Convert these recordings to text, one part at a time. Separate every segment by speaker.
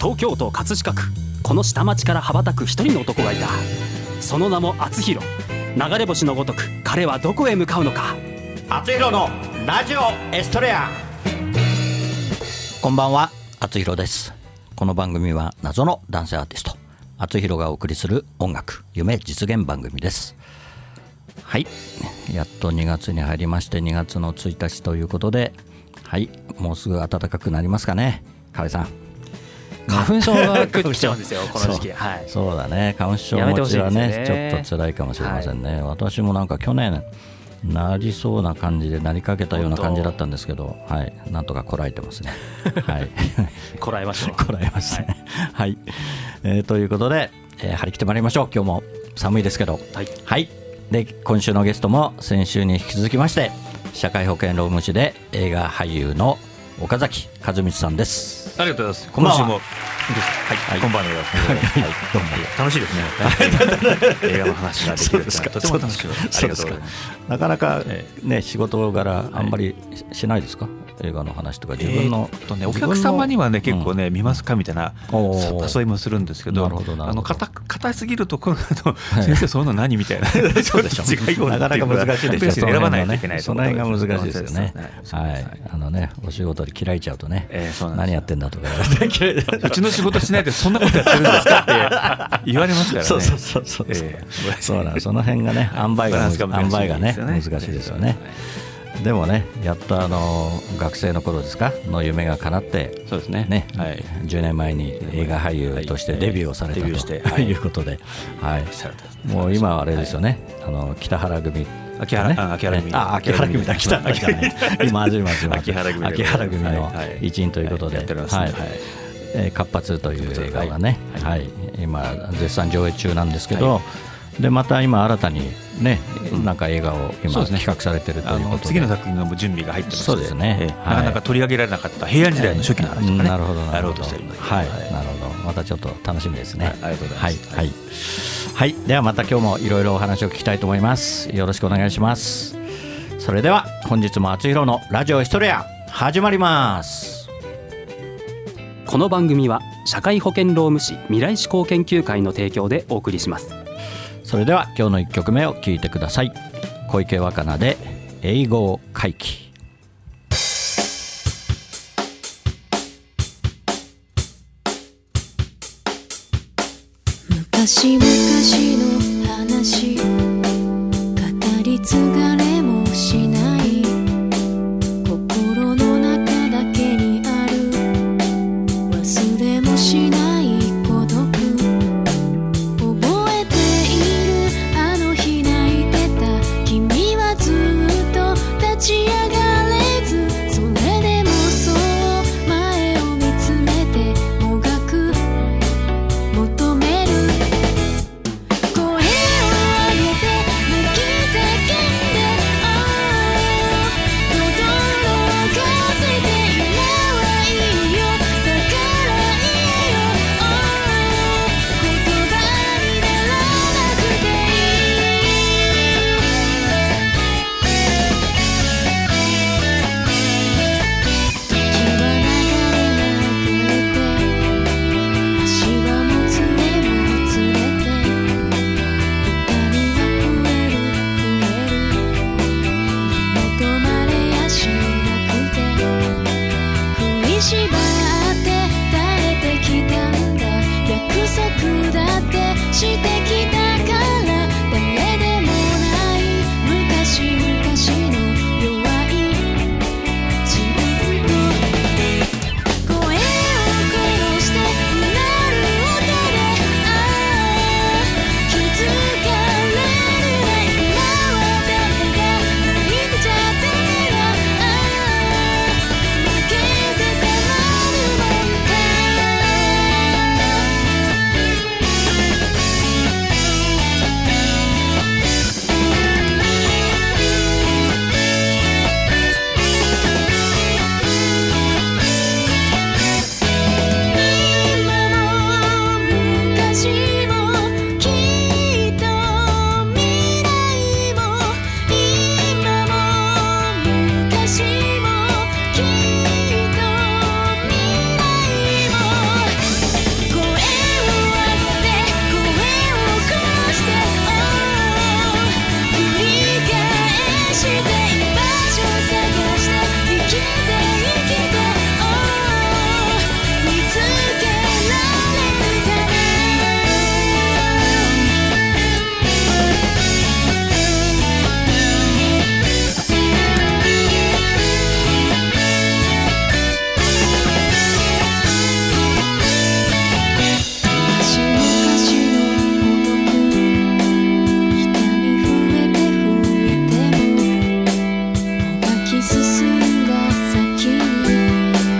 Speaker 1: 東京都葛飾区この下町から羽ばたく一人の男がいたその名も厚弘流れ星のごとく彼はどこへ向かうのか
Speaker 2: あつひろのラジオエストレアこんばんはあつひろですこの番組は謎の男性アーティストあつひろがお送りする音楽夢実現番組ですはいやっと2月に入りまして2月の1日ということではいもうすぐ暖かくなりますかね河合さん
Speaker 1: 花粉症が食っちゃうんですよこの時期はい
Speaker 2: そうだね花粉症
Speaker 1: やめてほ
Speaker 2: 持
Speaker 1: しい
Speaker 2: ちはね
Speaker 1: です
Speaker 2: ち
Speaker 1: よね
Speaker 2: ょっと辛いかもしれませんね、私もなんか去年なりそうな感じでなりかけたような感じだったんですけど、はい、なんとかこらえてますね。 はい、
Speaker 1: こらえましょう
Speaker 2: こらえましたね。はい、えーということで、えー張り切ってまいりましょう。今日も寒いですけど、
Speaker 1: はい
Speaker 2: はい。で、今週のゲストも先週に引き続きまして、社会保険労務士で映画俳優の岡崎和光さんです。
Speaker 3: ありがとうございます。
Speaker 2: こんばんは
Speaker 3: 今週も。はい、こんばんは。
Speaker 2: はい、どうも。
Speaker 3: 楽しいですね。映画の話ができるってのはとても楽しいです。ありがとうございます。
Speaker 2: なかなか
Speaker 3: え
Speaker 2: ね、仕事柄あんまりししないですか、映画の話とか自分の、
Speaker 3: えーっとね、お客様にはね
Speaker 2: 自分
Speaker 3: 結
Speaker 2: の
Speaker 3: 構ね、見ますかみたいな
Speaker 2: おー
Speaker 3: さ誘いもするんですけど
Speaker 2: なるほどなるほど
Speaker 3: あの硬く硬すぎるところだと先生そんなの何みたいなそうでしょ違いを
Speaker 2: なかなか難しいです よ
Speaker 3: 選ばないといけない
Speaker 2: その辺がねその辺が難しいですよね
Speaker 3: そう
Speaker 2: は
Speaker 3: です
Speaker 2: いあのねお仕事で切られちゃうとね、
Speaker 3: えーそうなんですよ
Speaker 2: 何やってんだとか言われて
Speaker 3: うちの仕事しないでそんなことやってるんですかって言われますからね
Speaker 2: そうそうそうそう、
Speaker 3: ええ
Speaker 2: そうなんその辺がね塩梅
Speaker 3: バラ
Speaker 2: が
Speaker 3: ンスが
Speaker 2: 塩
Speaker 3: 難しい
Speaker 2: 梅がね
Speaker 3: ですよ
Speaker 2: 難
Speaker 3: ね
Speaker 2: しいですよねでもねやっとあの学生の頃ですかの夢が叶って
Speaker 3: そうですね
Speaker 2: ね
Speaker 3: はい
Speaker 2: 10年前に映画俳優としてデビューをされたと
Speaker 3: デビューしてはい
Speaker 2: いうことで、はい、
Speaker 3: されたですね
Speaker 2: もう今はあれですよね、あの北原組。
Speaker 3: 秋原
Speaker 2: ね
Speaker 3: あ秋原組
Speaker 2: あ、秋原組だ、
Speaker 3: 秋
Speaker 2: 北
Speaker 3: 原
Speaker 2: 原
Speaker 3: 組
Speaker 2: じゃない。今、始まりま
Speaker 3: 秋原組で
Speaker 2: 秋原組の
Speaker 3: はいはい
Speaker 2: 一員ということで、
Speaker 3: はいやっておりますねはい
Speaker 2: えー活発という映画がね、はい、今絶賛上映中なんですけど。で、また今新たに、ね、なんか映画を今
Speaker 3: そうですね
Speaker 2: 企画されてると
Speaker 3: あ
Speaker 2: いうこ
Speaker 3: の
Speaker 2: とで。
Speaker 3: 次の作品の準備が入ってまして
Speaker 2: そうですね
Speaker 3: え
Speaker 2: は
Speaker 3: え
Speaker 2: い
Speaker 3: なかなか取り上げられなかった平安時代の初期の話とかね、
Speaker 2: なるほどな
Speaker 3: や
Speaker 2: る
Speaker 3: ろ
Speaker 2: ほ
Speaker 3: う
Speaker 2: ど
Speaker 3: としておりますけど
Speaker 2: はい、なるほどまたちょっと楽しみですね、
Speaker 3: はいありがとうございます
Speaker 2: はい、はいはいではまた今日もいろいろお話を聞きたいと思いますよろしくお願いしますそれでは本日もあつひろのラジオヒトレア始まります
Speaker 1: この番組は社会保険労務士未来志向研究会の提供でお送りします
Speaker 2: それでは今日の一曲目を聞いてください小池若菜で英語を回帰
Speaker 4: 昔々の話語り継がれもしない心の中だけにある忘れもしない孤独覚えているあの日泣いてた君はずっと立ち上がれずそれでもそう前を見つめてもがく求める「声を上げ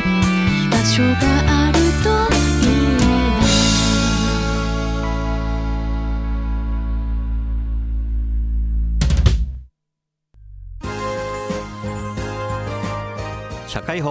Speaker 4: があるといいな
Speaker 2: 社会保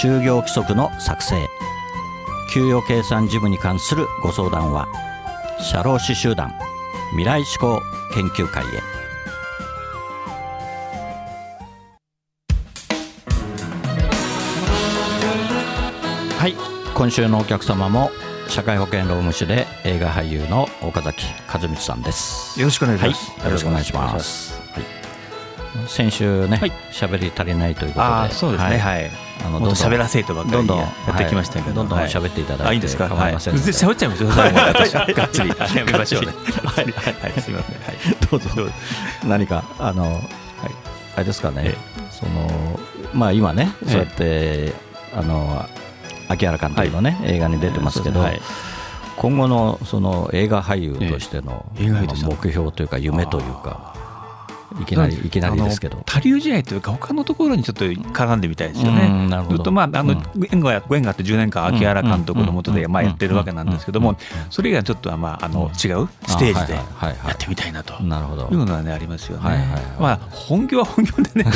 Speaker 2: 就業規則の作成給与計算事務に関するご相談は社労士集団未来志向研究会へはい今週のお客様も社会保険労務士で映画俳優の岡崎和光さんです
Speaker 3: よろしくお願いし
Speaker 2: はい
Speaker 3: ます。
Speaker 2: よろしくお願いします、はい、先週ね
Speaker 1: はい
Speaker 2: 喋、り足りないということで
Speaker 3: ああ、そうですね。はい。
Speaker 2: あの
Speaker 3: もっと
Speaker 2: どんど
Speaker 3: 喋
Speaker 2: ん
Speaker 3: らせとばっか
Speaker 2: ど
Speaker 3: り
Speaker 2: んどん
Speaker 3: やってきましたけど、
Speaker 2: はいどんどん
Speaker 3: はい
Speaker 2: 喋っていただいて
Speaker 3: あいいんですか。
Speaker 2: 構いませんので
Speaker 3: はい喋っちゃいますよ。最 後まで私がっつり やめましょうね。
Speaker 2: はい
Speaker 3: はい、すみません。はい。
Speaker 2: どうぞ 何かあの、あれですかね
Speaker 3: え、
Speaker 2: そのまあ今ね、
Speaker 3: ええ
Speaker 2: そうやってあの秋原監督のね、映画に出てますけど、
Speaker 3: はい
Speaker 2: 今後のその映画俳優としての、
Speaker 3: ええ映画俳優としての
Speaker 2: 目標というか夢というか、いきなりいきなりですけ
Speaker 3: あの
Speaker 2: ど。
Speaker 3: 他流試合というか他のところにちょっと絡んでみたいですよ
Speaker 2: う
Speaker 3: ね
Speaker 2: んなるほ。ど
Speaker 3: ずっとまああ
Speaker 2: う
Speaker 3: の
Speaker 2: ん
Speaker 3: ご縁がご縁があって10年間秋原監督のもと
Speaker 2: う
Speaker 3: で
Speaker 2: ん
Speaker 3: まあやってるわけなんですけど
Speaker 2: うん
Speaker 3: も、それ以外はちょっとはまああの違うス
Speaker 2: あ
Speaker 3: テージでや
Speaker 2: はいはいはいはい
Speaker 3: ってみたいなと。
Speaker 2: なるほど。
Speaker 3: いうのはねありますよね。
Speaker 2: はいはいはい
Speaker 3: まあ本業は本業 でね、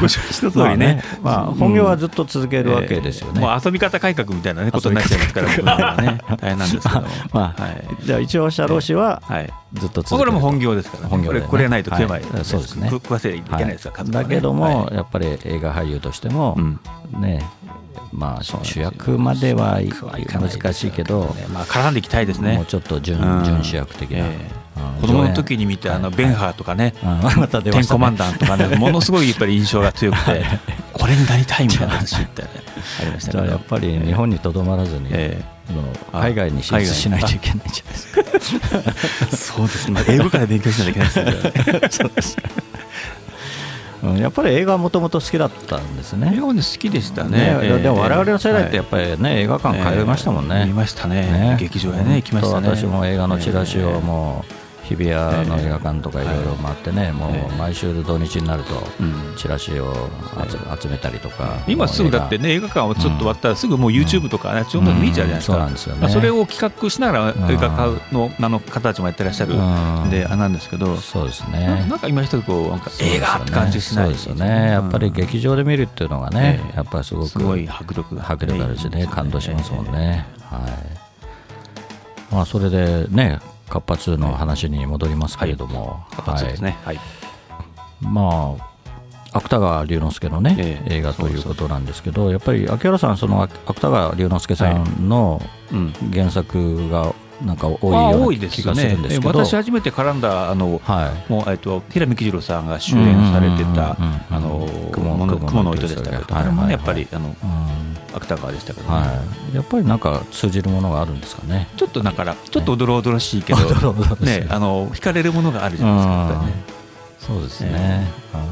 Speaker 3: ご承知の通りね。
Speaker 2: まあ、本業はずっと続けるわけですよね。
Speaker 3: もう遊び方改革みたいなねことになっちゃいますから、僕の方はね、大変なんですけども。
Speaker 2: まあ
Speaker 3: はい。
Speaker 2: じゃあ一応社労士は
Speaker 3: はい。
Speaker 2: ずっと続ける
Speaker 3: これも本業ですから、ね、
Speaker 2: 本業だよね
Speaker 3: これこれないと食えない、
Speaker 2: はいそうですね
Speaker 3: 食食わせないといけないですか
Speaker 2: は
Speaker 3: ら、数
Speaker 2: い
Speaker 3: は
Speaker 2: だ
Speaker 3: ね
Speaker 2: けども、
Speaker 3: はい
Speaker 2: やっぱり映画俳優としても、
Speaker 3: うん
Speaker 2: ねまあ、
Speaker 3: なんです
Speaker 2: 主
Speaker 3: よ
Speaker 2: 役までは
Speaker 3: 主役はいかないですよね
Speaker 2: 難しいけど、
Speaker 3: まあ、絡んでいきたいですね
Speaker 2: もうちょっと準,、
Speaker 3: うん
Speaker 2: 準主役的な、
Speaker 3: え
Speaker 2: うん
Speaker 3: 子供の時に見てあのベンハーとかね、
Speaker 2: うん また出
Speaker 3: テ
Speaker 2: ま
Speaker 3: ン
Speaker 2: した
Speaker 3: コ
Speaker 2: ね
Speaker 3: マンダンとか ねものすごいやっぱり印象が強くてこれになりたいみたいな話って、ね、ありました
Speaker 2: じ
Speaker 3: け
Speaker 2: ゃあ
Speaker 3: ど
Speaker 2: やっぱり日本にとどまらずに、
Speaker 3: え
Speaker 2: あの海外に進出しないといけないじゃないですか。
Speaker 3: そうですね、まあ英語から勉強しなきゃいけない ですね
Speaker 2: うんやっぱり映画はもともと好きだったんですね。
Speaker 3: 英語ね好きでしたね
Speaker 2: ねでも我々の世代ってや
Speaker 3: ぱ
Speaker 2: っぱりね映画館通いましたもんね。
Speaker 3: ええ見ましたね劇場へね行きましたね
Speaker 2: 本当私も映画のチラシをもう日比谷の
Speaker 3: ええ
Speaker 2: 映画館とかいろいろ回ってね、も
Speaker 3: え
Speaker 2: う
Speaker 3: え
Speaker 2: 毎週土日になると
Speaker 3: うん
Speaker 2: チラシを集,、めたりとか。
Speaker 3: 今すぐだって
Speaker 2: ね。
Speaker 3: ね映画館をちょっと終わったらすぐもう YouTube とかねちょうど見えちゃうじゃないですか、
Speaker 2: うんそうなんですよね
Speaker 3: まあそれを企画しなが
Speaker 2: うん
Speaker 3: ら映画館のあの方たちもやってらっしゃる
Speaker 2: うん
Speaker 3: んであなんですけど
Speaker 2: そうです
Speaker 3: な
Speaker 2: ね。
Speaker 3: なんか今一つこうなんか
Speaker 2: そうですよ
Speaker 3: 映
Speaker 2: ね
Speaker 3: 画って感じしない
Speaker 2: そうですよね。やっぱり劇場で見るっていうのがね、
Speaker 3: ええ
Speaker 2: やっぱりすごく
Speaker 3: すごい迫力があって
Speaker 2: 迫力あるしね、感動しますもんね。
Speaker 3: え
Speaker 2: はい。まあそれでね、活発の話に戻りますけれども、
Speaker 3: え活発ですねはい
Speaker 2: まあ、芥川龍之介のね、
Speaker 3: ええ
Speaker 2: 映画ということなんですけど、やっぱり秋原さん、その芥川龍之介さんの
Speaker 3: うん
Speaker 2: 原作がなんか多い
Speaker 3: まあ
Speaker 2: よう
Speaker 3: 多
Speaker 2: ない
Speaker 3: で
Speaker 2: 気
Speaker 3: す
Speaker 2: が
Speaker 3: よ
Speaker 2: す
Speaker 3: ね
Speaker 2: るんですけど、
Speaker 3: 私初めて絡んだあの
Speaker 2: はい、
Speaker 3: もうえっと平見喜次郎さんが主演され
Speaker 2: う
Speaker 3: てた
Speaker 2: んうんうん
Speaker 3: あの
Speaker 2: 雲
Speaker 3: 雲の雲の糸でしたけどこ
Speaker 2: はい
Speaker 3: れ
Speaker 2: はい
Speaker 3: も
Speaker 2: はい
Speaker 3: ねやっぱりあ
Speaker 2: う
Speaker 3: の
Speaker 2: ん
Speaker 3: 芥川でしたけどね
Speaker 2: はい、やっぱりなんか通じるものがあるんですかね。
Speaker 3: ちょっとだからちょっとおどろおどろしいけど、
Speaker 2: どろおどろしい
Speaker 3: ね、あの惹かれるものがあるじゃないですか
Speaker 2: そうですね。はい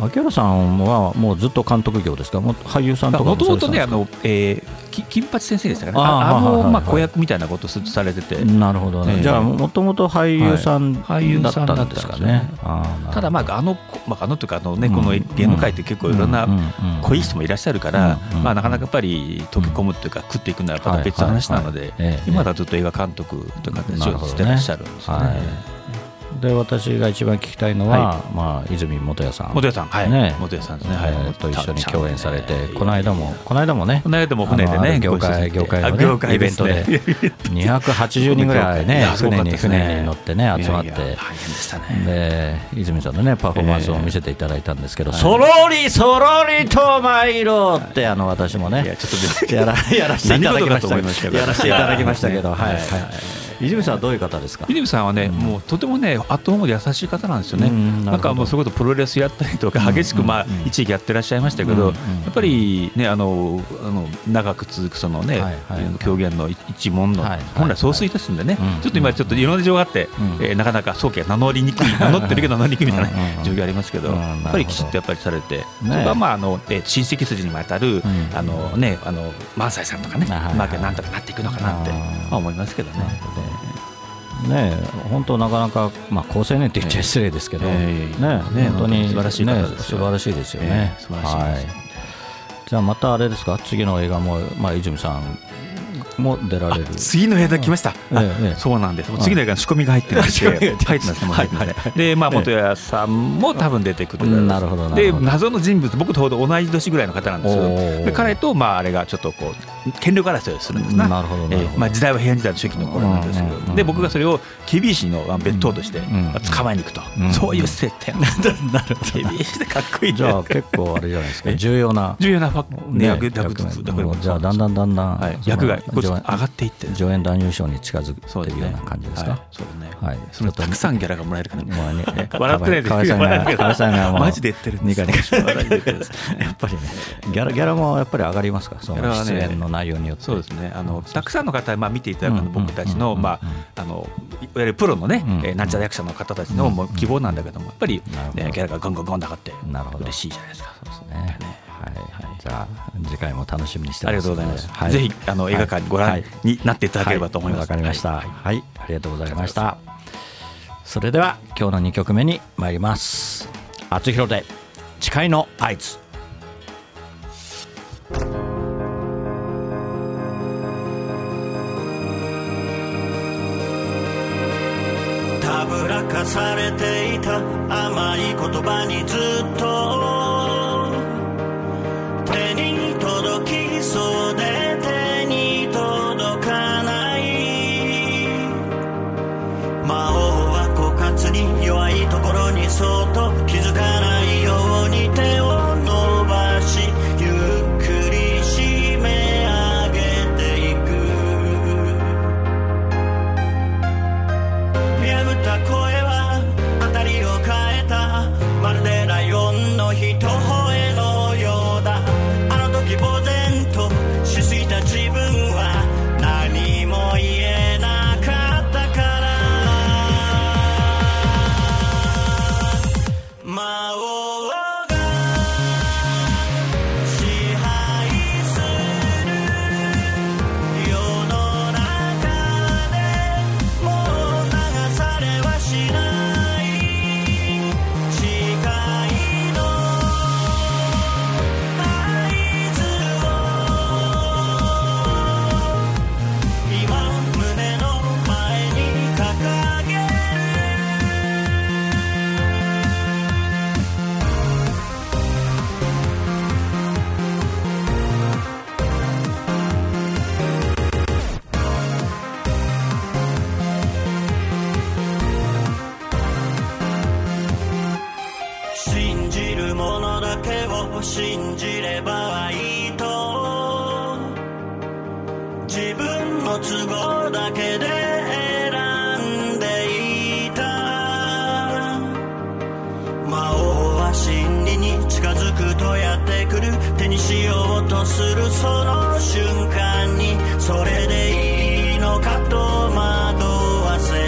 Speaker 2: 秋原さんはもうずっと監督業ですか、もう俳優さんとか
Speaker 3: もとも
Speaker 2: さ
Speaker 3: と
Speaker 2: れて
Speaker 3: ね
Speaker 2: た
Speaker 3: あ
Speaker 2: んですか
Speaker 3: の、えー、き金八先生でしたかね
Speaker 2: あー
Speaker 3: ああ
Speaker 2: はいはいは
Speaker 3: の、
Speaker 2: い
Speaker 3: まあ、子役みたいなことをずっとされてて、
Speaker 2: なるほどね、
Speaker 3: ええ
Speaker 2: じゃあ、もともと俳優さんだ
Speaker 3: はい俳優さんだ
Speaker 2: っ
Speaker 3: ったた
Speaker 2: ん
Speaker 3: ん
Speaker 2: で
Speaker 3: ですす
Speaker 2: か
Speaker 3: よね
Speaker 2: ね。あー
Speaker 3: ただま、ああの、こまあ、あのというかあの、ね、この芸能界って結構いろんな
Speaker 2: うんうんうん
Speaker 3: 濃い人もいらっしゃるから、
Speaker 2: うんうん
Speaker 3: まあ、なかなかやっぱり溶け込むというか食っていくのはまた別の話なので、
Speaker 2: はいはいはいええ
Speaker 3: 今だとずっと映画監督という形をしてらっしゃるんですよね。
Speaker 2: はい、で私が一番聞きたいのは、まあ、泉元也さん
Speaker 3: 元谷さん、はい
Speaker 2: ね
Speaker 3: 元谷さんです
Speaker 2: え
Speaker 3: ね、はい
Speaker 2: ーと一緒に共演されて、
Speaker 3: 元谷んね
Speaker 2: この間もこの間もね
Speaker 3: この間も船で
Speaker 2: あ
Speaker 3: ね
Speaker 2: のある業
Speaker 3: ご一緒さ
Speaker 2: 界
Speaker 3: せて
Speaker 2: 業界の、
Speaker 3: あ
Speaker 2: ね
Speaker 3: 業界
Speaker 2: イベ
Speaker 3: で
Speaker 2: ン
Speaker 3: す
Speaker 2: ト
Speaker 3: ね
Speaker 2: で280人ぐらい
Speaker 3: い
Speaker 2: ね
Speaker 3: やすごか
Speaker 2: 船
Speaker 3: った
Speaker 2: に
Speaker 3: ですね
Speaker 2: 船に乗ってね集まって
Speaker 3: いやいや大変でしたね。
Speaker 2: で泉さんのねパフォーマンスを見せていただいたんですけど、そろりそろりと参ろうってあの私もね
Speaker 3: いやちょっと別に
Speaker 2: やらやらせていただきました
Speaker 3: 何事かと思いましたけど
Speaker 2: やらせていただきましたけどはい、はい泉さんはどういう方ですか
Speaker 3: 秀美さんはね、もうとてもね、アットホームで優しい方なんですよね、
Speaker 2: うんなるほど
Speaker 3: なんかもうそれこそプロレスやったりとか、激しく、まあ
Speaker 2: うんうん
Speaker 3: 一時期やってらっしゃいましたけど、
Speaker 2: うんうん
Speaker 3: やっぱりね、あのあの長く続くその、ね
Speaker 2: はいはい
Speaker 3: 狂言の一門の、
Speaker 2: はいはい
Speaker 3: 本来、総帥ですんでね、
Speaker 2: うん
Speaker 3: ちょっと今、ちょっといろんな事情があって、
Speaker 2: うん
Speaker 3: えーなかなか早期が名乗りにくい、名乗ってるけど名乗りにくいみたいなね
Speaker 2: うんうんうん
Speaker 3: 状況ありますけど、
Speaker 2: うんなるほ
Speaker 3: や
Speaker 2: ど
Speaker 3: っぱりきちっとやっぱりされて、それはまああの、えー親戚筋にも当たる、
Speaker 2: ん
Speaker 3: あのね、あの萬斎さんとかね、
Speaker 2: はいはい
Speaker 3: まあ、なんとかなっていくのかなって、
Speaker 2: あー
Speaker 3: まあ、思いますけどね。
Speaker 2: ねえ本当なかなか、まあ、高青年って言っちゃ失礼ですけど、
Speaker 3: ええ
Speaker 2: ねえ
Speaker 3: ねえ
Speaker 2: 本当に
Speaker 3: 本当に素晴らしい方ですよ
Speaker 2: ねえ素晴らしいですよね、
Speaker 3: ええ素晴らしいですよ
Speaker 2: はいじゃあまたあれですか次の映画も、まあ、泉さんも出られる
Speaker 3: 次の映画来ました、あ
Speaker 2: ええええ
Speaker 3: そうなんです、もう次の映画の仕込みが入ってまして、
Speaker 2: はい
Speaker 3: 入ってます、もう入ってますで、まあ、元谷さんも多分出てくると思いま
Speaker 2: な
Speaker 3: す
Speaker 2: るほどなる
Speaker 3: で
Speaker 2: ほど
Speaker 3: 謎の人物、僕とほど同い年ぐらいの方なんです
Speaker 2: おー
Speaker 3: よ、で彼と、まあ、あれがちょっとこう権力争いをするんですな、
Speaker 2: なるほどなるほど
Speaker 3: ええまあ、時代は平安時代の初期の頃なんですけ
Speaker 2: う
Speaker 3: ど、
Speaker 2: んうんうん
Speaker 3: で僕がそれを厳しいのまあ別当として、
Speaker 2: ん
Speaker 3: まあ捕まえに行くと、
Speaker 2: うん
Speaker 3: そういう設定なん です、厳しいでかっこいいね
Speaker 2: じゃあ結構あれじゃない ですか重要な、
Speaker 3: 重要なファク、ね、
Speaker 2: ね
Speaker 3: 役役
Speaker 2: 役
Speaker 3: 役
Speaker 2: もうじゃあだんだんだんだん、
Speaker 3: はい
Speaker 2: その
Speaker 3: 役がこうちょ
Speaker 2: 上
Speaker 3: っと上がっていって、
Speaker 2: 上演男優賞に近づく
Speaker 3: そう
Speaker 2: って
Speaker 3: で
Speaker 2: い
Speaker 3: す
Speaker 2: う
Speaker 3: ね
Speaker 2: ような感じです
Speaker 3: はい
Speaker 2: か、
Speaker 3: そうだね。
Speaker 2: はい
Speaker 3: そのたくさんギャラがもらえるからね。
Speaker 2: まあね
Speaker 3: 笑っ てないで
Speaker 2: 河合さん
Speaker 3: 笑
Speaker 2: が
Speaker 3: ってない
Speaker 2: 河合さんがもう
Speaker 3: マジで言ってるんで
Speaker 2: ニ
Speaker 3: す
Speaker 2: カニカして
Speaker 3: 笑いで言ってるんです
Speaker 2: やっぱりねギャラギャラもやっぱり上がりますかそ
Speaker 3: ギャラ
Speaker 2: の
Speaker 3: は
Speaker 2: 出
Speaker 3: ね
Speaker 2: 演の内容によって
Speaker 3: そうですね。あのたくさんの方まあ見ていただくの
Speaker 2: うん
Speaker 3: 僕たちの
Speaker 2: うん
Speaker 3: まああのいわゆるプロのね
Speaker 2: うん、
Speaker 3: えーなんちゃら役者の方たちのもう希望なんだけどもやっぱり
Speaker 2: なるほど
Speaker 3: ねギャラがガンガンガンと上がって
Speaker 2: なるほど
Speaker 3: 嬉しいじゃないですか。
Speaker 2: そうですねはい、じゃあ次回も楽しみにして
Speaker 3: あり
Speaker 2: ます
Speaker 3: がとう
Speaker 2: の
Speaker 3: ご
Speaker 2: で
Speaker 3: ざいます。
Speaker 2: はい
Speaker 3: ぜひあの映画館ご
Speaker 2: は
Speaker 3: 覧
Speaker 2: い
Speaker 3: になっていただければと思います。
Speaker 2: わ、かりました。は
Speaker 3: はい
Speaker 2: い、ありがとうございました。それでは今日の2曲目に参ります。厚弘で誓いの合図。
Speaker 5: たぶらかされていた甘い言葉にずっと手に届きそうで手に届かない魔王は枯渇に弱いところにそっと気づかないように手を伸ばしゆっくり締め上げていくやぶった声は辺りを変えたまるでライオンの一吠えのようだあの時呆然としすぎた自分は何も言えなかったから魔王が支配する世の中「もう流されはしない」「誓いの合図を」「今胸の前に掲げ信じるものだけを信じればいいと自分の都合だけで選んでいた魔王は真理に近づくとやってくる手にしようとするその瞬間にそれでいいのかと惑わせる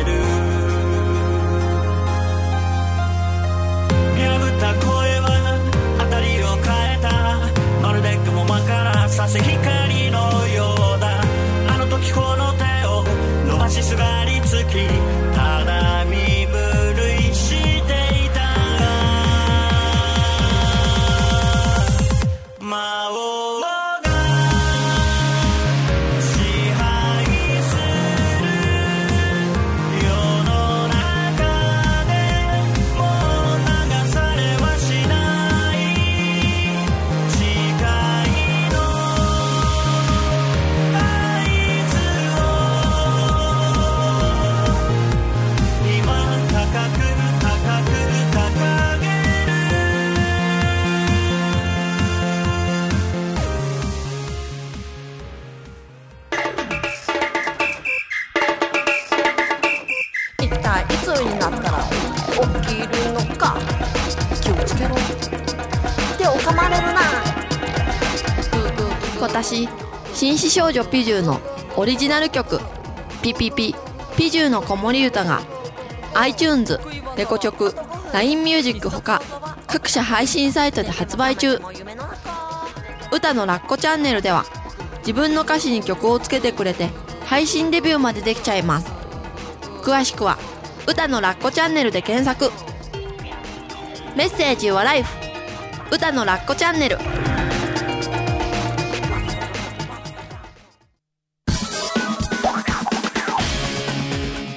Speaker 5: 見破った声は辺りを変えたまるで雲間からさせ光のようだあの時この手を伸ばしすがりつきただ身震いしていた魔王が支配する世の中でもう流されはしない誓いの合図を
Speaker 6: 私紳士少女ピジューのオリジナル曲「ピピピピジューの子守唄が iTunes レコチョク LINEMUSIC ほか各社配信サイトで発売中歌のラッコチャンネルでは自分の歌詞に曲をつけてくれて配信デビューまでできちゃいます詳しくは歌のラッコチャンネルで検索メッセージはライフ歌のラッコチャンネル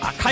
Speaker 2: 赤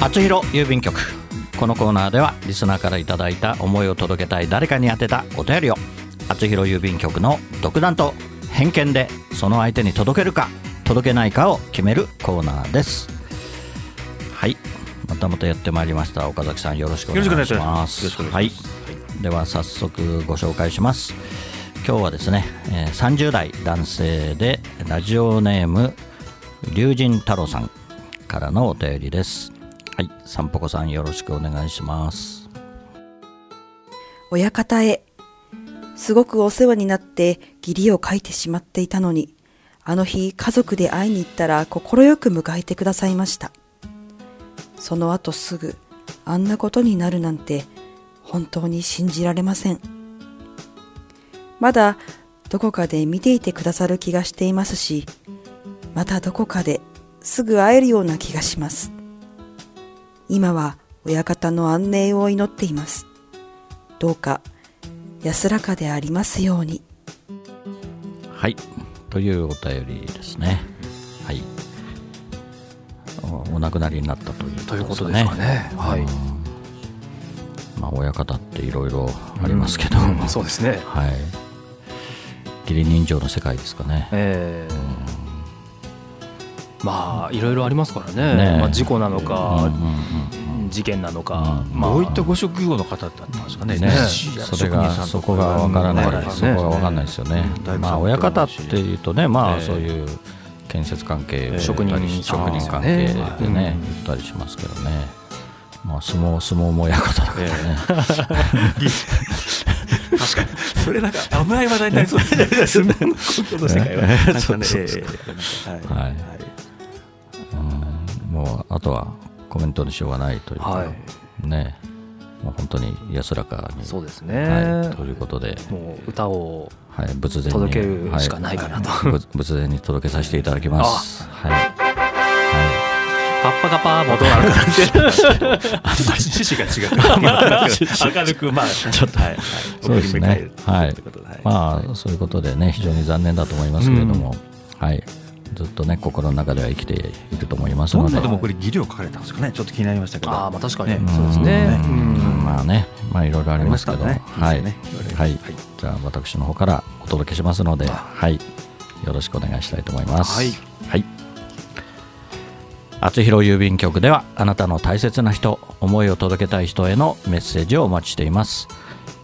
Speaker 2: 厚弘郵便局このコーナーではリスナーからいただいた思いを届けたい誰かに宛てたお便りを厚弘郵便局の独断と偏見でその相手に届けるか届けないかを決めるコーナーですはいまたまたやってまいりました岡崎さんよろしくお願いします
Speaker 3: よろしくお
Speaker 2: は
Speaker 3: 願い
Speaker 2: い
Speaker 3: し
Speaker 2: では早速ご紹介します今日はですね、えー30代男性でラジオネーム龍神太郎さんからのお便りですはいさんぽこさんよろしくお願いします
Speaker 7: 親方へ。すごくお世話になって義理を書いてしまっていたのに、あの日家族で会いに行ったら快く迎えてくださいました。その後すぐ、あんなことになるなんて、本当に信じられません。まだ、どこかで見ていてくださる気がしていますし、またどこかですぐ会えるような気がします。今は親方の安寧を祈っています。どうか安らかでありますように。
Speaker 2: はいというお便りですねはいおお亡くなりになったという
Speaker 3: というこ
Speaker 2: こと
Speaker 3: と
Speaker 2: です
Speaker 3: ですか
Speaker 2: ね
Speaker 3: ね。はい。
Speaker 2: まあ親方っていろいろありますけど、
Speaker 3: うんそうですね。
Speaker 2: はい義理人情の世界ですかね
Speaker 3: ええまあいろいろありますからね。
Speaker 2: ねえ
Speaker 3: まあ事故なの
Speaker 2: うんうん、
Speaker 3: か
Speaker 2: うん
Speaker 3: 事件なのか、
Speaker 2: うん
Speaker 3: まあ
Speaker 8: どういったご職業の方だったんですかね、
Speaker 2: ね
Speaker 8: し
Speaker 2: それが
Speaker 8: 職人さん
Speaker 2: そ
Speaker 8: と
Speaker 2: こがわからな
Speaker 8: わから
Speaker 2: い、
Speaker 8: ない
Speaker 2: そこがわからないですよね
Speaker 8: うん大工さんとか。
Speaker 2: まあ親方っていうとね、ま
Speaker 8: え
Speaker 2: あ
Speaker 8: え
Speaker 2: そういう建設関係、
Speaker 3: 職人
Speaker 2: 職人関係で
Speaker 8: ああ
Speaker 2: ね言ったりしますけどね。まあ相撲相撲も親方だからね。
Speaker 8: それなんか危ない話題になりそうですね、その職業の世界は、なんかね、
Speaker 2: はいうん もうあとはコメントにしようがないというか
Speaker 3: はい。
Speaker 2: ね、もう本当に安らかに。
Speaker 3: そうです
Speaker 2: は
Speaker 3: ね
Speaker 2: い。ということで、
Speaker 3: もう歌を
Speaker 2: はい仏前に
Speaker 3: 届けるしかないかなと
Speaker 2: はい仏 仏前に届けさせていただきます。はい。
Speaker 3: パッパカパーもどうなるかな って。
Speaker 8: 趣旨が違う、明るく、まあ、ちょっと、はい、
Speaker 2: そうです
Speaker 8: 送
Speaker 2: ね
Speaker 8: り迎える
Speaker 2: はい
Speaker 8: ということではい
Speaker 2: まあそういうことでね非常に残念だと思いますけれども、はいずっとね心の中では生きていると思います
Speaker 8: ど
Speaker 2: の
Speaker 8: ん
Speaker 2: で
Speaker 8: なでもこれ、技量書かれたんですかね、ちょっと気になりましたけど、
Speaker 3: ああまあ確かに
Speaker 8: ね
Speaker 3: そうですね。う
Speaker 2: うん
Speaker 3: ん
Speaker 2: まあねまあいろいろありますけど、
Speaker 8: ありますから
Speaker 2: はい、
Speaker 8: ねいいですよね
Speaker 2: はい
Speaker 8: はい
Speaker 2: じゃあ私の方からお届けしますので、はいよろしくお願いしたいと思います。
Speaker 3: はい
Speaker 2: はい厚弘郵便局ではあなたの大切な人思いを届けたい人へのメッセージをお待ちしています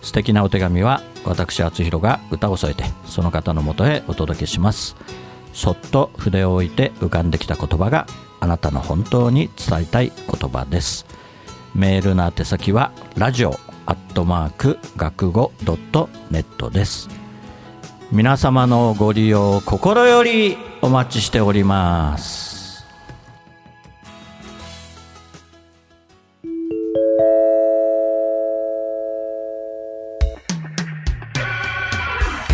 Speaker 2: 素敵なお手紙は私厚弘が歌を添えてその方のもとへお届けしますそっと筆を置いて浮かんできた言葉があなたの本当に伝えたい言葉ですメールの宛先はラジオアットマーク学語ドットネットです皆様のご利用を心よりお待ちしておりますは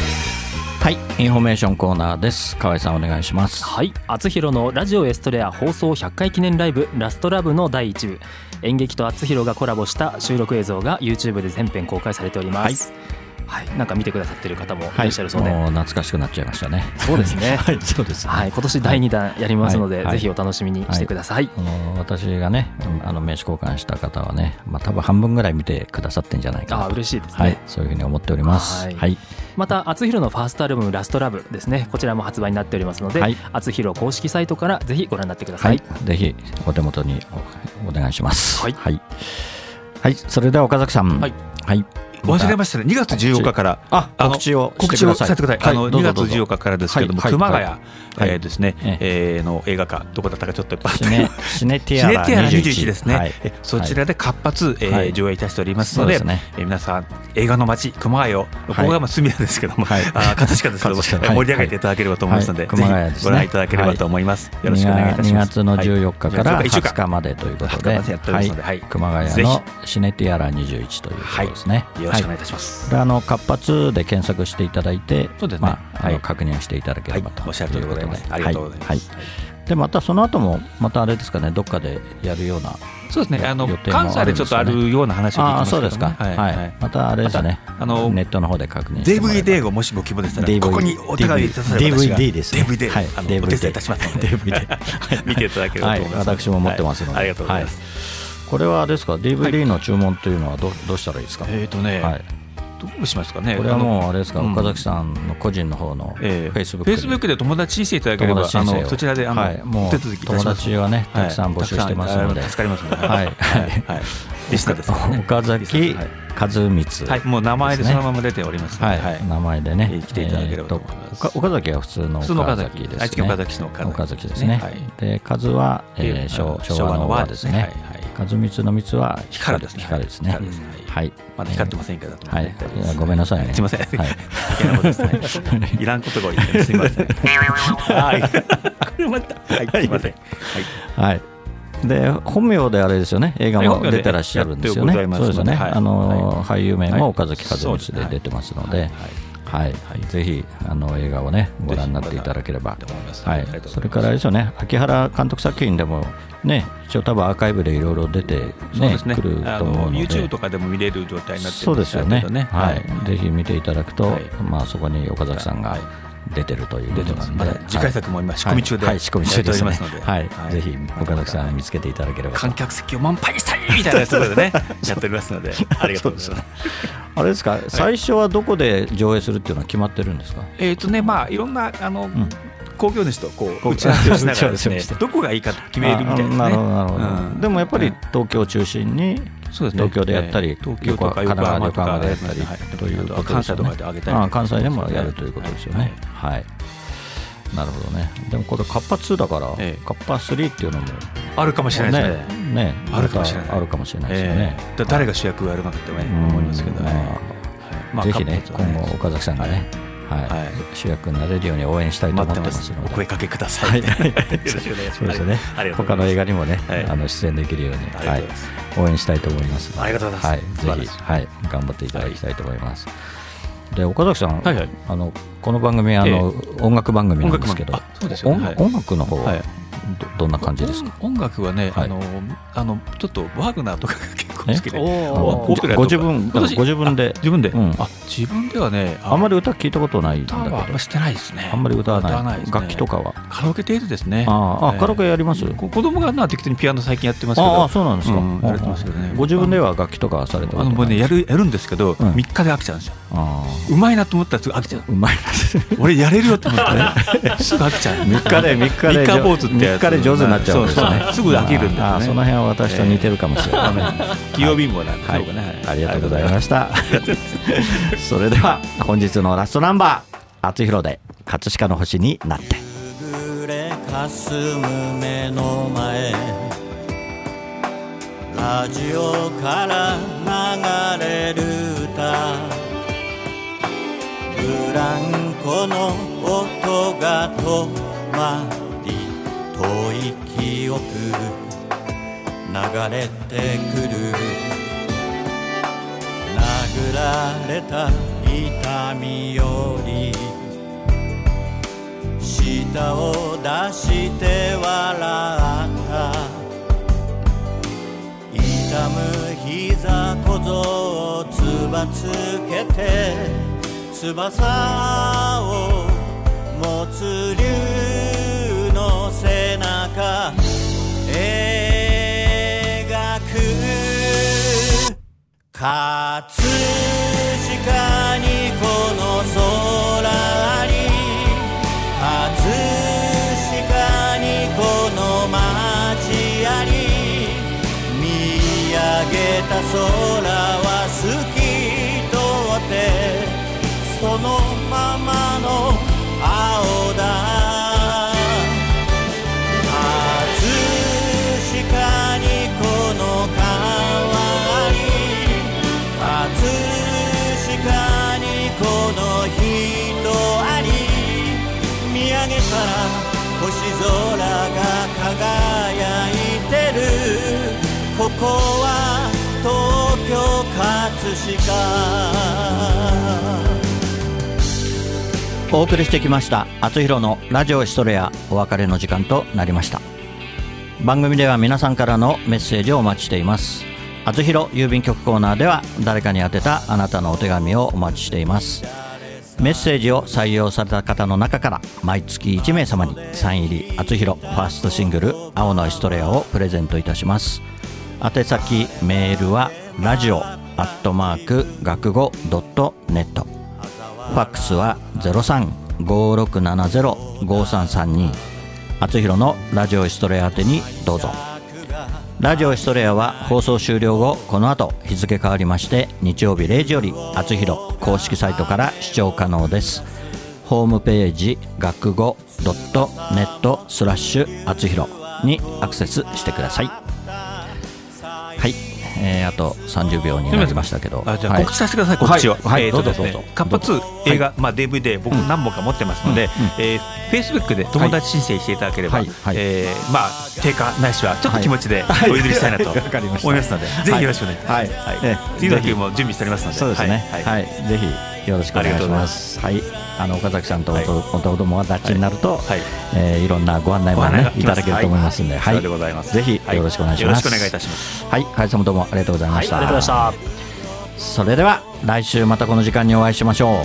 Speaker 2: い、インフォメーションコーナーです。河合さんお願いします。
Speaker 1: はい、厚弘のラジオエストレア放送100回記念ライブラストラブの第1部演劇と厚弘がコラボした収録映像が YouTube で全編公開されております、
Speaker 8: はい、なんか見てくださってる方もいらっしゃるそうで、
Speaker 2: もう懐かしくなっちゃいましたね。
Speaker 8: そうですね
Speaker 2: はい、そうですね、
Speaker 8: はい、今年第2弾やりますので、
Speaker 2: はいはい
Speaker 8: ぜひお楽しみにしてください。
Speaker 2: あの私がねあの名刺交換した方はね、まあ、多分半分ぐらい見てくださってんじゃないかな
Speaker 8: あー
Speaker 2: と
Speaker 8: 嬉しいですね、
Speaker 2: はい、そういうふうに思っております。
Speaker 8: は
Speaker 2: はいい、
Speaker 8: また、厚弘のファーストアルバム、ラストラブですね、こちらも発売になっておりますので、
Speaker 2: はい
Speaker 8: 厚弘公式サイトからぜひご覧になってくださ
Speaker 2: はいい。ぜひお手元におお願いします。
Speaker 8: はい
Speaker 2: はい、はいそれでは岡崎さん、
Speaker 8: はい、
Speaker 2: はい、
Speaker 3: 忘れましたね。2月14日から
Speaker 2: あ
Speaker 3: あの
Speaker 2: 告知を
Speaker 3: 告知をさせてください。あの
Speaker 2: ど
Speaker 3: 2
Speaker 2: うぞ
Speaker 3: 月
Speaker 2: どうぞ
Speaker 3: 14日からですけども、
Speaker 2: はいはい
Speaker 3: 熊谷、
Speaker 2: は
Speaker 3: えーですね、
Speaker 2: え
Speaker 3: えーの映画館どこだったかちょっとパッ
Speaker 2: シ ネシネテ
Speaker 3: シ
Speaker 2: ィア
Speaker 3: ネ
Speaker 2: ラ
Speaker 3: ティアラ21
Speaker 2: 21
Speaker 3: ですね、
Speaker 2: はい
Speaker 3: えそちらで活発、えー
Speaker 2: はい
Speaker 3: 上映いたしておりますので
Speaker 2: そうですね
Speaker 3: えー皆さん映画の街熊谷を、ここがまあ隅田ですけ ども、あー葛飾ですけども、
Speaker 2: 葛飾はい
Speaker 3: 盛り上げていただければと思いますので、
Speaker 2: はい熊谷で
Speaker 3: ぜひ
Speaker 2: す
Speaker 3: ご
Speaker 2: ね
Speaker 3: 覧いただければと思います、よろしくお願いいたし
Speaker 2: 2
Speaker 3: ます
Speaker 2: 月の
Speaker 3: はい
Speaker 2: 14日から
Speaker 3: 14
Speaker 2: 20日までということで、
Speaker 3: 20日までやっておりますのではい
Speaker 2: 熊谷
Speaker 3: ぜ
Speaker 2: のシネティアラ21ということですね。
Speaker 3: よろしくお願いいたします、
Speaker 2: これあの活発で検索していただいて、
Speaker 3: そうですね
Speaker 2: まああ
Speaker 3: は
Speaker 2: の
Speaker 3: い
Speaker 2: 確認していただければと、
Speaker 3: はいいおっしゃ
Speaker 2: う
Speaker 3: る
Speaker 2: ことで、
Speaker 3: 通りでございますありがとうございます
Speaker 2: はいはいでまたその後もまたあれですかね、どっかでやるような、
Speaker 3: そうですねあの
Speaker 2: 予定もあるん
Speaker 3: 関
Speaker 2: ですよね
Speaker 3: 西でちょっとあるような話を聞いて
Speaker 2: ああ
Speaker 3: ま
Speaker 2: ー
Speaker 3: すけ
Speaker 2: そ
Speaker 3: ど
Speaker 2: う
Speaker 3: ね
Speaker 2: ですか、はい、
Speaker 3: はいはい
Speaker 2: またあれですね、
Speaker 3: またあの
Speaker 2: ネットの方で確認してもらえば
Speaker 3: DVD をもしご希望でしたら
Speaker 2: DVD
Speaker 3: ここにお手紙いただければ私が
Speaker 2: DVD ですね
Speaker 3: DVD、
Speaker 2: はい
Speaker 3: あの
Speaker 2: DVD
Speaker 3: お手伝いいたしますので
Speaker 2: DVD
Speaker 3: 見ていただければと思います、
Speaker 2: はい私も持ってますので
Speaker 3: はいありがとうございます、
Speaker 2: これはあれですか、DVD の注文というのはどどうしたらいいですか、
Speaker 3: えっ、とね、
Speaker 2: はい、
Speaker 3: どうしますかね
Speaker 2: これはもうあれですか、
Speaker 3: うん
Speaker 2: 岡崎さんの個人の方のフ
Speaker 3: ええ
Speaker 2: ェイスブック
Speaker 3: フェイスブックで友達にしていただければ、あのそちらであの、
Speaker 2: はい、もう
Speaker 3: お手続きいた
Speaker 2: 友
Speaker 3: します
Speaker 2: 達はね、
Speaker 3: はい
Speaker 2: たくさん募集してますので、
Speaker 3: たくさんあの助かりますの
Speaker 2: は
Speaker 3: で、
Speaker 2: い
Speaker 3: はいはいリスナーですからね
Speaker 2: 岡崎
Speaker 3: はい
Speaker 2: 和光、
Speaker 3: はい、もう名前でそのまま出ておりますの
Speaker 2: は
Speaker 3: で、
Speaker 2: い名前でね、
Speaker 3: 来ていただければと思います
Speaker 2: えーと岡岡崎は普通の
Speaker 3: 普通の
Speaker 2: 岡
Speaker 3: 岡
Speaker 2: 崎
Speaker 3: 崎
Speaker 2: ですね。
Speaker 3: 愛知県岡崎市の岡崎
Speaker 2: 岡崎ですね。
Speaker 3: はい
Speaker 2: で、和は、えー、
Speaker 3: えー
Speaker 2: 昭
Speaker 3: あの
Speaker 2: 昭和の和ですね。
Speaker 3: はいはい
Speaker 2: 和光の光は
Speaker 3: 光ですね
Speaker 2: 光ですね。
Speaker 3: 光ですね
Speaker 2: はい。
Speaker 3: まだ光ってませんから、
Speaker 2: はい
Speaker 3: 大丈夫です
Speaker 2: ごめんなさいね
Speaker 3: すみません、
Speaker 2: はい
Speaker 3: い、けないことですね、いらんことが多いです、すみま せん、はい、これまた、はい、すみません、はい、
Speaker 2: はい。で本名であれですよね、映画
Speaker 3: 本
Speaker 2: も
Speaker 3: 名で
Speaker 2: 出てらっしゃるんですよね、
Speaker 3: やってございます
Speaker 2: そうですよね、
Speaker 3: はい
Speaker 2: あの俳優名も岡崎和
Speaker 3: は
Speaker 2: 光
Speaker 3: いそう
Speaker 2: で出てますの
Speaker 3: は
Speaker 2: で
Speaker 3: い、
Speaker 2: はいぜひあの映画をね、ご覧になっていただければ
Speaker 3: ぜひ
Speaker 2: はい
Speaker 3: ご覧になっていただければと思いますありがとうございます
Speaker 2: それからあれですよね、秋原監督作品でも、ね、一応、多分アーカイブでいろいろ出て、
Speaker 3: そう
Speaker 2: ね
Speaker 3: ですね
Speaker 2: くる
Speaker 3: あ
Speaker 2: と思う
Speaker 3: の
Speaker 2: ので、
Speaker 3: YouTube とかでも見れる状態になって
Speaker 2: そうですよね
Speaker 3: ある程度
Speaker 2: はい
Speaker 3: はい
Speaker 2: ぜひ見ていただくと、
Speaker 3: はい
Speaker 2: まあ、そこに岡崎さんが
Speaker 3: はい
Speaker 2: 出てるということなんで、
Speaker 3: 出てますまだ次回作も今仕込み中で
Speaker 2: はいはい仕込み中で
Speaker 3: やってお
Speaker 2: すね
Speaker 3: りますので
Speaker 2: はい
Speaker 3: はい
Speaker 2: ぜひ岡崎さん見つけていただければと
Speaker 3: 観客席を満杯にしたいみたいなところ でねやっておりますのでありがとうございます
Speaker 2: あれですか、最初はどこで上映するっていうのは決まってるんですか
Speaker 3: えっとねまあいろんなあの
Speaker 2: ん
Speaker 3: 公共主とこう打ち合わせをしながらです
Speaker 2: 打ち合わせを
Speaker 3: ね
Speaker 2: して
Speaker 3: どこがいいか決めるみたいですね
Speaker 2: あなるほどなるほど、
Speaker 3: うん
Speaker 2: でもやっぱり
Speaker 3: うん
Speaker 2: 東京を中心に、
Speaker 3: そうですね
Speaker 2: 東京でやったり、
Speaker 3: えー東京とか横浜とか
Speaker 2: 神奈川でやったり、
Speaker 3: はい
Speaker 2: ということですよ
Speaker 3: あとは関西とかで上げたり
Speaker 2: あ関西でもやるということですよねはい、なるほどねでもこれカッパ2だから、
Speaker 3: ええ
Speaker 2: カッパ3っていうのも
Speaker 3: あるかもしれないですね
Speaker 2: ねね
Speaker 3: あるかもしれない
Speaker 2: またあるかもしれないですよ
Speaker 3: え
Speaker 2: ね、
Speaker 3: ーだ誰が主役をやるのかってね
Speaker 2: うん
Speaker 3: 思いますけど
Speaker 2: ま
Speaker 3: ね
Speaker 2: あ
Speaker 3: まあ
Speaker 2: ぜひね
Speaker 3: カップルと
Speaker 2: 今後岡崎さんがね、はい
Speaker 3: はい
Speaker 2: 主役になれるように応援したいと
Speaker 3: 待
Speaker 2: 思っ
Speaker 3: ってて
Speaker 2: ま
Speaker 3: ます
Speaker 2: すの
Speaker 3: お
Speaker 2: で
Speaker 3: 声かけください よろしくお願いし
Speaker 2: そう
Speaker 3: ま
Speaker 2: ですすね
Speaker 3: あり。がとうござ
Speaker 2: 他
Speaker 3: いま
Speaker 2: の
Speaker 3: す
Speaker 2: 映画にもね、
Speaker 3: はい
Speaker 2: あの出演できるように、
Speaker 3: ありがとうございます
Speaker 2: はい応援したいと思いますので。
Speaker 3: ありがとうございます
Speaker 2: はい、ぜひ、
Speaker 3: 素晴らしい
Speaker 2: はい、頑張っていただきたいと思います。で岡崎さん、
Speaker 3: はいはい
Speaker 2: あのこの番組はあの、音楽番組なんですけど
Speaker 3: 音楽番組あそうですよね
Speaker 2: 音
Speaker 3: はい
Speaker 2: 音楽の方は、
Speaker 3: はい
Speaker 2: どどんな感じですか
Speaker 3: 音音楽はね、
Speaker 2: はい
Speaker 3: あのあのちょっとワグナーとかが結構好きで
Speaker 2: えあ
Speaker 3: あのオペラとか
Speaker 2: ご自分ご
Speaker 3: 私
Speaker 2: 自分で
Speaker 3: あ自分で、
Speaker 2: うん
Speaker 3: あ自分ではね
Speaker 2: あんま
Speaker 3: り
Speaker 2: り歌聞いたことないんだ
Speaker 3: 歌
Speaker 2: けど
Speaker 3: はあんましてないですね
Speaker 2: あんまり歌わない
Speaker 3: ですね
Speaker 2: 楽器とかは
Speaker 3: カラオケ程度ですね
Speaker 2: あああ
Speaker 3: ええ
Speaker 2: カラオケやります
Speaker 3: こ子供がな適当にピアノ最近やってますけど
Speaker 2: ああそうなんですか、
Speaker 3: うんやれてますけどね
Speaker 2: ご自分では楽器とかはされて
Speaker 3: あのもうねやるやるんですけど、
Speaker 2: うん
Speaker 3: 三3日で飽きちゃうんですよ
Speaker 2: あ
Speaker 3: うまいなと思ったらすぐ飽きちゃう
Speaker 2: あうまい
Speaker 3: 俺やれるよと 思ってねすぐ飽きちゃう
Speaker 2: 3日で3日で
Speaker 3: 三日坊主ってやつ
Speaker 2: 三日で上手になっちゃうんですよ
Speaker 3: そう
Speaker 2: ね
Speaker 3: そうすぐ飽きるんですよね
Speaker 2: ああその辺は私と似てるかもしれない、
Speaker 3: 器用貧乏なんでし
Speaker 2: は
Speaker 3: ょうかね、
Speaker 2: い、ありがとうございました。それでは本日のラストナンバー、厚弘で葛飾の星になって。
Speaker 5: ぐれかすむ目の前ラジオから流れる歌ブランコの音が止まり遠い記憶流れてくる殴られた痛みより舌を出して笑った痛む膝小僧をつばつけて翼を持つ竜の背中描く葛飾にこの空あり葛飾にこの街あり見上げた空は透き通ってそのままの青だ「葛飾にこの川あり」「葛飾にこの人あり」「見上げたら星空が輝いてる」「ここは東京葛飾」
Speaker 2: お送りしてきました「あつひろのラジオストレア」お別れの時間となりました番組では皆さんからのメッセージをお待ちしていますあつひろ郵便局コーナーでは誰かに宛てたあなたのお手紙をお待ちしていますメッセージを採用された方の中から毎月1名様にサイン入り「あつひろ」ファーストシングル「青のエストレア」をプレゼントいたします宛先メールはラジオアットマーク学語ドットネットファックスは0356705332あつひろのラジオストレア宛てにどうぞラジオストレアは放送終了後この後日付変わりまして日曜日0時よりあつひろ公式サイトから視聴可能ですホームページ学語 .net スラッシュあつひろにアクセスしてくださいはい、えー、あと30秒になりましたけど
Speaker 8: あじゃ
Speaker 2: は
Speaker 8: あ
Speaker 2: い
Speaker 8: 告知させてください、告知を。
Speaker 2: はい
Speaker 8: えーと
Speaker 2: ど
Speaker 8: で
Speaker 2: うぞ
Speaker 8: す
Speaker 2: どう
Speaker 8: ね
Speaker 2: ぞ、
Speaker 8: 活発映画、まあ、DVD、僕、何本か持ってますので、えー Facebook で友達申請していただければ、
Speaker 2: はいはい
Speaker 8: えーまあ、定価ないしは、ちょっと気持ちで
Speaker 2: はい
Speaker 8: お譲りしたいなと
Speaker 2: はいわかりました
Speaker 8: 思いますので、ぜひよろしくお願いします。
Speaker 2: はいええ
Speaker 8: 次の日も準備しておりますので、
Speaker 2: そうですね。
Speaker 8: は
Speaker 2: はいい、
Speaker 8: はい
Speaker 2: ぜひよろしくお願いします。はい、あの岡崎さんとおとお友達になると、
Speaker 8: はい
Speaker 2: い、えーいろんなご案内も
Speaker 8: ご案内が
Speaker 2: ね
Speaker 8: 来ま
Speaker 2: い
Speaker 8: す
Speaker 2: ただけると思いますんで、はい、
Speaker 8: そうでございます
Speaker 2: ぜひよろしくお願いし
Speaker 8: はいよ
Speaker 2: ます。
Speaker 8: ろしくお願いいたします。
Speaker 2: はい、会社もどうもありがとうございました。
Speaker 1: ありがとうございました
Speaker 2: それでは来週またこの時間にお会いしましょ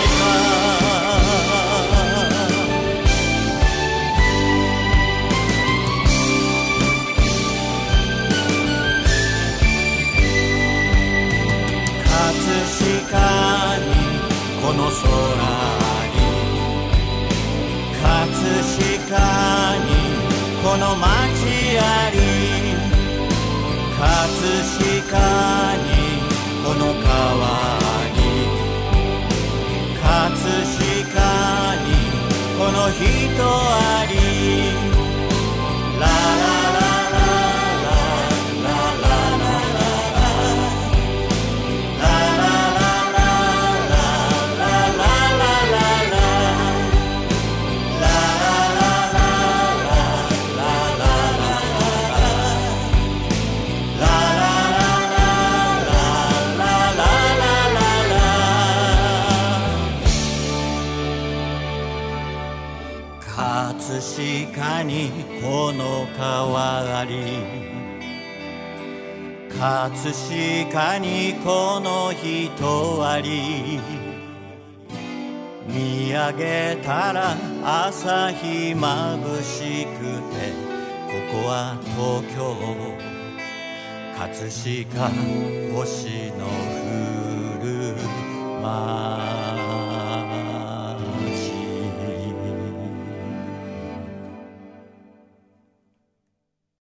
Speaker 5: 葛飾にこの空に葛飾にこの街あり葛飾にこの川に葛飾にこの人ありララララララララ葛飾にこの川あり葛飾にこの人あり見上げたら朝日まぶしくてここは東京葛飾星の降る街